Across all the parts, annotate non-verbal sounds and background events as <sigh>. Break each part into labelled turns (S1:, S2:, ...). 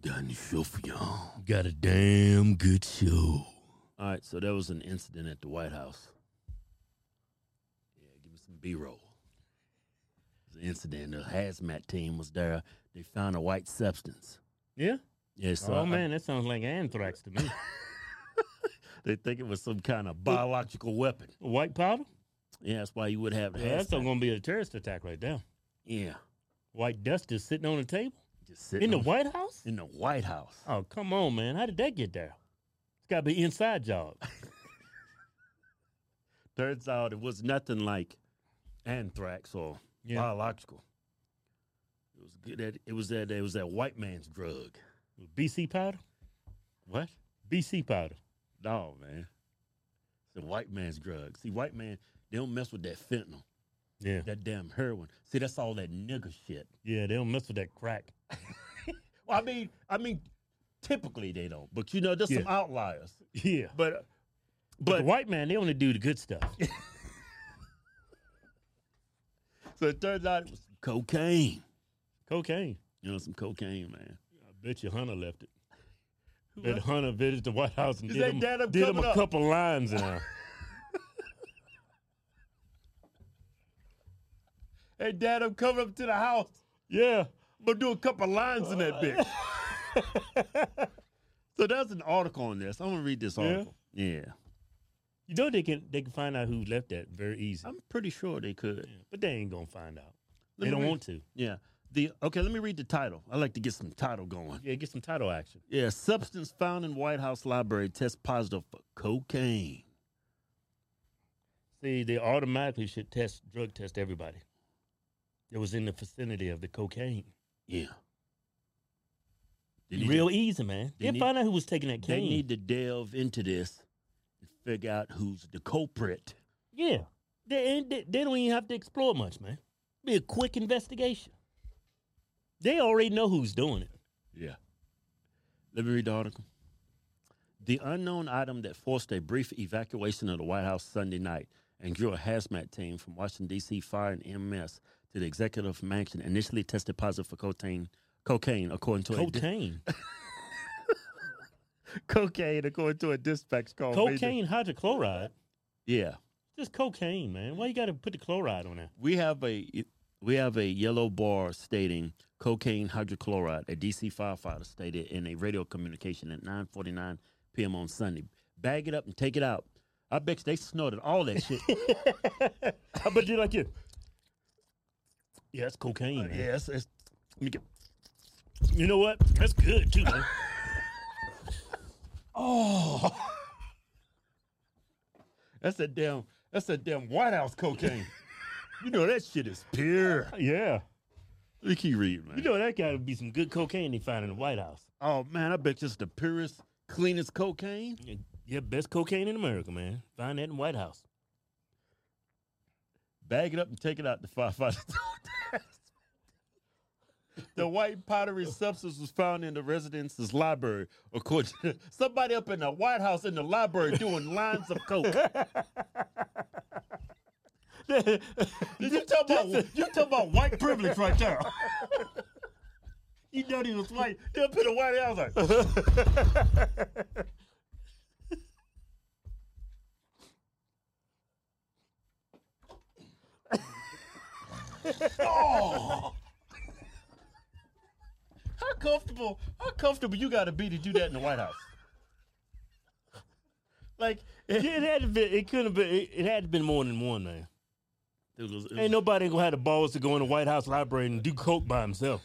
S1: Don Shufian.
S2: Got a damn good show.
S1: All right, so there was an incident at the White House. Yeah, give me some B roll. An incident. The hazmat team was there. They found a white substance.
S2: Yeah.
S1: Yeah, so
S2: oh
S1: I-
S2: man, that sounds like anthrax to me.
S1: they think it was some kind of biological weapon. <laughs>
S2: White powder?
S1: Yeah, that's why you would have the
S2: Yeah, that's
S1: hazmat.
S2: going to be a terrorist attack right there.
S1: Yeah,
S2: White dust is sitting on the table
S1: just sitting
S2: in the
S1: on-
S2: White House.
S1: in the White House.
S2: Oh come on, man! How did that get there? It's got to be inside
S1: <laughs>
S2: job.
S1: Turns out it was nothing like anthrax or
S2: Yeah.
S1: biological. It was good. At, it was that. It was that white man's drug.
S2: BC powder?
S1: What?
S2: BC powder.
S1: No, man. It's a white man's drug. See, white man, they don't mess with that fentanyl,
S2: Yeah.
S1: that damn heroin. See, that's all that nigga shit.
S2: Yeah, they don't mess with that crack.
S1: Well, I mean, I mean, typically they don't, but you know, there's some
S2: Yeah.
S1: outliers.
S2: Yeah.
S1: But,
S2: But the
S1: but
S2: white man, they only do the
S1: <laughs>
S2: good stuff.
S1: so it turns out it was some cocaine.
S2: Cocaine.
S1: You know, some cocaine, man.
S2: I bet you Hunter left it.
S1: Who
S2: Bet
S1: else?
S2: Hunter visited the White House and
S1: Is
S2: did,
S1: that
S2: him,
S1: dad I'm
S2: did him
S1: coming
S2: a
S1: up?
S2: couple
S1: <laughs>
S2: lines now.
S1: Hey, Dad, I'm coming up to the house.
S2: yeah.
S1: I'm gonna do a couple lines in that bitch.
S2: <laughs>
S1: so there's an article on this. I'm gonna read this
S2: Yeah?
S1: article. yeah.
S2: You know they can they can find out who left that very easy.
S1: I'm pretty sure they could.
S2: Yeah, But they ain't gonna find out.
S1: Let
S2: they
S1: me
S2: don't
S1: read-
S2: want to.
S1: Yeah. The okay, let me read the title. I like to get some title going.
S2: Yeah, get some title action.
S1: Yeah, substance found in White House library tests positive for cocaine.
S2: See, they automatically should test drug test everybody. It was in the vicinity of the cocaine.
S1: Yeah. They need
S2: Real
S1: to,
S2: easy, man.
S1: they
S2: Yeah,
S1: need-
S2: find out who was taking that
S1: They
S2: cane.
S1: need to delve into this and figure out who's the culprit.
S2: yeah, they, ain't- they they don't even have to explore much, man. Be a quick investigation. They already know who's doing it.
S1: Yeah. Let me read the article. The unknown item that forced a brief evacuation of the White House Sunday night and drew a hazmat team from Washington, D.C. fire and MS to the executive mansion initially tested positive for cocaine, cocaine according to a di- <laughs>
S2: Cocaine,
S1: cocaine according to a dispatch call. made to-
S2: cocaine hydrochloride.
S1: Yeah.
S2: Just cocaine, man. Why you got to put the chloride on there?
S1: We have a we have a yellow bar stating cocaine hydrochloride. A DC firefighter stated in a radio communication at 9:49 p.m. on Sunday. Bag it up and take it out. I bet you they snorted all that <laughs> shit.
S2: I bet you like it. Yeah, that's cocaine, man.
S1: yes, it's, let me get-
S2: You know what? That's good too, man.
S1: oh, that's a damn that's a damn White House <laughs> cocaine. you know that shit is pure.
S2: yeah.
S1: Let me keep reading, man.
S2: You know that gotta be some good cocaine they find in the White House.
S1: oh man, I bet you it's the purest, cleanest cocaine.
S2: Yeah, Yeah, best cocaine in America, man. Find that in White House.
S1: bag it up and take it out the <laughs> firefighters. told us. the white powdery substance was found in the residence's library. According to <laughs> somebody up in the White House in the library doing lines of <laughs> coke. you talk about you talk about white privilege right there. <laughs> You know he was white. They up in the White House like, How comfortable? How comfortable you got to be to do that in the White House? Like,
S2: <laughs> Yeah, it had to be. It could have been. It, it had to been more than one, man.
S1: it was- it was-
S2: Ain't nobody gonna have the balls to go in the White House library and do coke by <laughs> himself.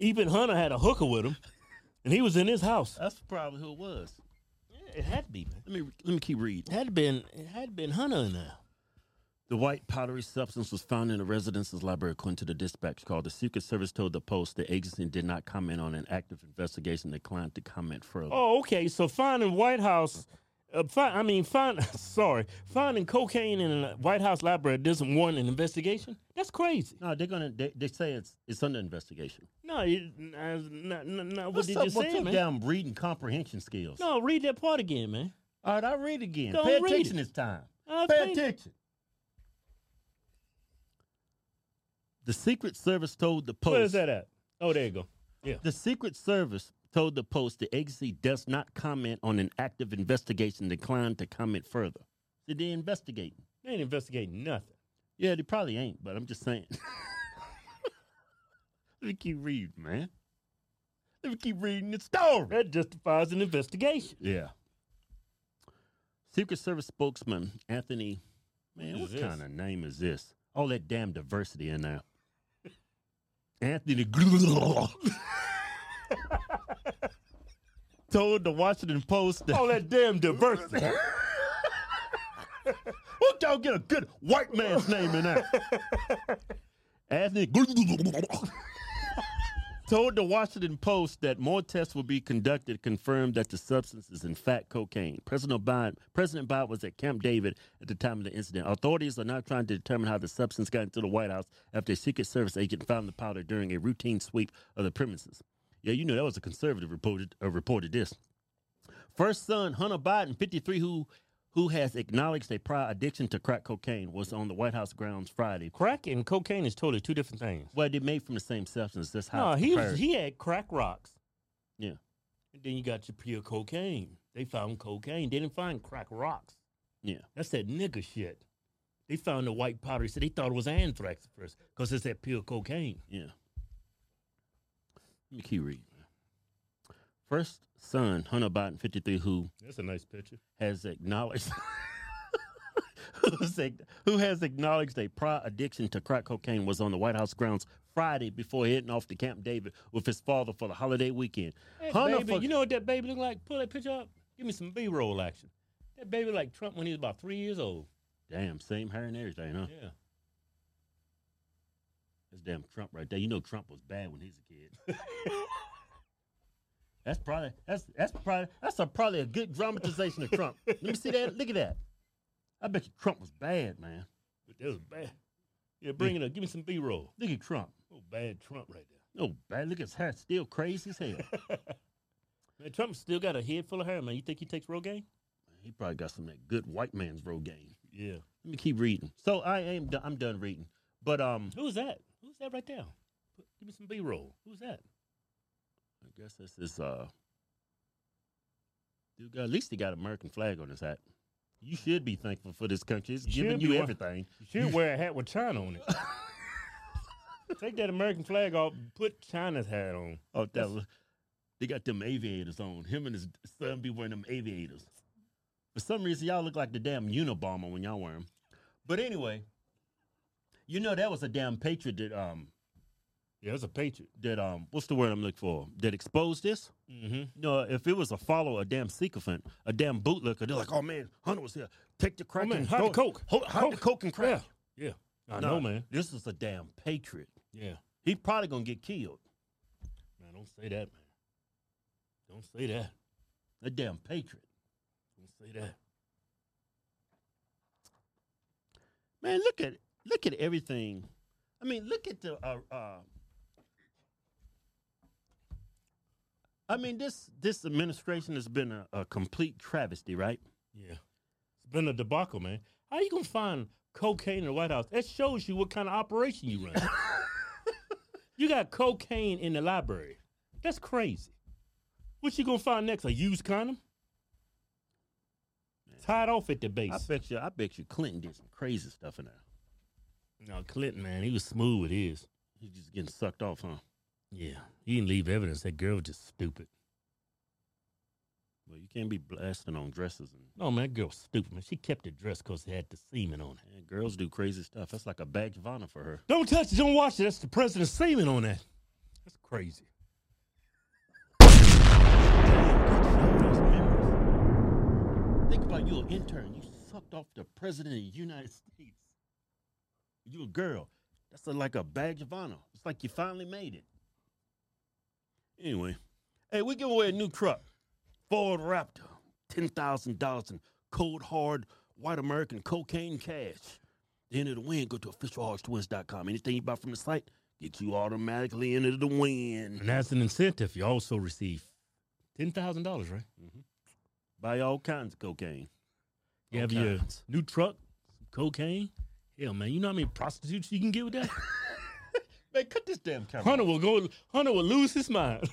S2: Even Hunter had a hooker with him, and he was in his house.
S1: that's probably who it was.
S2: it had to be, man.
S1: Let me let me keep reading.
S2: It had to been. It had been Hunter in there.
S1: The white powdery substance was found in the residence's library, according to the dispatch call. The Secret Service told the Post the agency did not comment on an active investigation. Declined to comment further.
S2: Oh, okay. So finding White House, uh, fi- I mean, find <laughs> sorry, finding cocaine in a White House library doesn't warrant an investigation. That's crazy.
S1: No, they're gonna. They, they say it's it's under investigation.
S2: No, it, uh, not, not, not what
S1: What's
S2: did
S1: up
S2: you
S1: with
S2: say,
S1: your
S2: man?
S1: damn reading comprehension skills?
S2: No, read that part again, man. Uh,
S1: All right, I'll read again.
S2: Don't
S1: Pay
S2: read
S1: attention
S2: it.
S1: this time.
S2: I
S1: Pay
S2: think-
S1: attention. The Secret Service told the Post.
S2: Where's that at? Oh, there you go. Yeah.
S1: The Secret Service told the Post the agency does not comment on an active investigation, declined to comment further. So they're investigating.
S2: They ain't investigating nothing.
S1: Yeah, they probably ain't, but I'm just saying. <laughs> Let me keep reading, man. Let me keep reading the story.
S2: That justifies an investigation.
S1: Yeah. Secret Service spokesman Anthony, man,
S2: What
S1: what
S2: is
S1: kind
S2: this?
S1: of name is this? All that damn diversity in there. <laughs> Anthony told the Washington Post Oh, that
S2: All that damn diversity.
S1: Won't y'all get a good white man's name in there? Anthony told the Washington Post that more tests will be conducted to confirm that the substance is in fact cocaine. President Biden, President Biden was at Camp David at the time of the incident. Authorities are now trying to determine how the substance got into the White House after a Secret Service agent found the powder during a routine sweep of the premises. Yeah, you know that was a conservative reported uh, reported this. First son, Hunter Biden, 53, who who has acknowledged a prior addiction to crack cocaine, was on the White House grounds Friday.
S2: crack and cocaine is totally two different things.
S1: Well, they made from the same substance. That's how.
S2: No,
S1: it's
S2: he
S1: prepared.
S2: was, he had crack rocks.
S1: Yeah.
S2: And then you got your pure cocaine. They found cocaine. They didn't find crack rocks.
S1: Yeah.
S2: That's that nigga shit. They found the white powder. They said they thought it was anthrax at first because it's that pure cocaine.
S1: Yeah. Let me keep reading. First son, Hunter Biden, 53, who
S2: That's a nice picture.
S1: has acknowledged <laughs> who's ac- who has acknowledged a prior addiction to crack cocaine was on the White House grounds Friday before heading off to Camp David with his father for the holiday weekend. Hunter
S2: baby,
S1: fuck-
S2: you know what that baby look like? Pull that picture up. Give me some B-roll action. That baby like Trump when he was about three years old.
S1: Damn, same hair and everything, huh?
S2: Yeah.
S1: That's damn Trump right there. You know Trump was bad when he was a kid.
S2: <laughs>
S1: that's probably that's that's probably that's a, probably a good dramatization of Trump. Let me see that. Look at that. I bet you Trump was bad, man.
S2: But that was bad. Yeah, bring it up. Give me some B-roll.
S1: Look at Trump.
S2: Oh, bad Trump right there.
S1: No bad. Look at his hair. Still crazy as
S2: <laughs>
S1: hell.
S2: Man, Trump still got a head full of hair, man. You think he takes Rogaine?
S1: he probably got some of that good white man's Rogaine.
S2: Yeah.
S1: Let me keep reading. So I am do- I'm done reading. But um,
S2: Who's that? Who's that right there? Put- Give me some B roll. Who's that?
S1: I guess this is uh. Dude, got- at least he got American flag on his hat. You should be thankful for this country. It's
S2: Should
S1: giving
S2: be
S1: you
S2: one-
S1: everything.
S2: You should wear a hat with China on it. <laughs> Take that American flag off. Put China's hat on.
S1: Oh, that
S2: That's-
S1: was, they got them aviators on. Him and his son be wearing them aviators. For some reason, y'all look like the damn Unabomber when y'all wear them. But anyway, you know that was a damn patriot that um
S2: Yeah, that's a patriot.
S1: that um what's the word I'm looking for that exposed this.
S2: Mm-hmm.
S1: No, if it was a follower, a damn sycophant, a damn bootlicker, they're like, oh man, Hunter was here. Take the crack
S2: Oh, man,
S1: and
S2: hide the
S1: throw it.
S2: coke.
S1: Hold, hide the
S2: Coke.
S1: coke and crack.
S2: Yeah. I
S1: Nah,
S2: know, man.
S1: This is a damn patriot.
S2: Yeah.
S1: He probably gonna get killed.
S2: Man, don't say that, man. Don't say that.
S1: A damn patriot.
S2: Don't say that.
S1: Man, look at look at everything. I mean, look at the. Uh, uh, I mean, this this administration has been a, a complete travesty, right?
S2: Yeah. It's been a debacle, man. How you gonna find cocaine in the White House? That shows you what kind of operation you run. you got cocaine in the library. That's crazy. What you gonna find next? A used condom? Tied off at the base.
S1: I bet you, I bet you, Clinton did some crazy stuff in there.
S2: no, Clinton, man, he was smooth with his.
S1: He's just getting sucked off, huh?
S2: Yeah. He didn't leave evidence. That girl was just stupid.
S1: Well, you can't be blasting on dresses and.
S2: No, man, that girl was stupid, man. She kept the dress because it had the semen on it.
S1: Man, girls do crazy stuff. That's like a badge of honor for her.
S2: Don't touch it, don't watch it. That's the president's semen on that. That's crazy.
S1: Think about you, an intern. You sucked off the president of the United States. You a girl. That's a- like a badge of honor. It's like you finally made it. Anyway, hey, we give away a new truck, Ford Raptor, ten thousand dollars in cold hard white American cocaine cash. The end of the win. Go to officialartwins.com. Anything you buy from the site gets you automatically into the win.
S2: And as an incentive, you also receive ten thousand dollars, right?
S1: Buy all kinds of cocaine.
S2: You
S1: All
S2: have your
S1: kinds.
S2: new truck, some cocaine. Hell, man, you know how many prostitutes you can get with that?
S3: Man, cut this damn camera.
S2: Hunter will go. Hunter will lose his mind.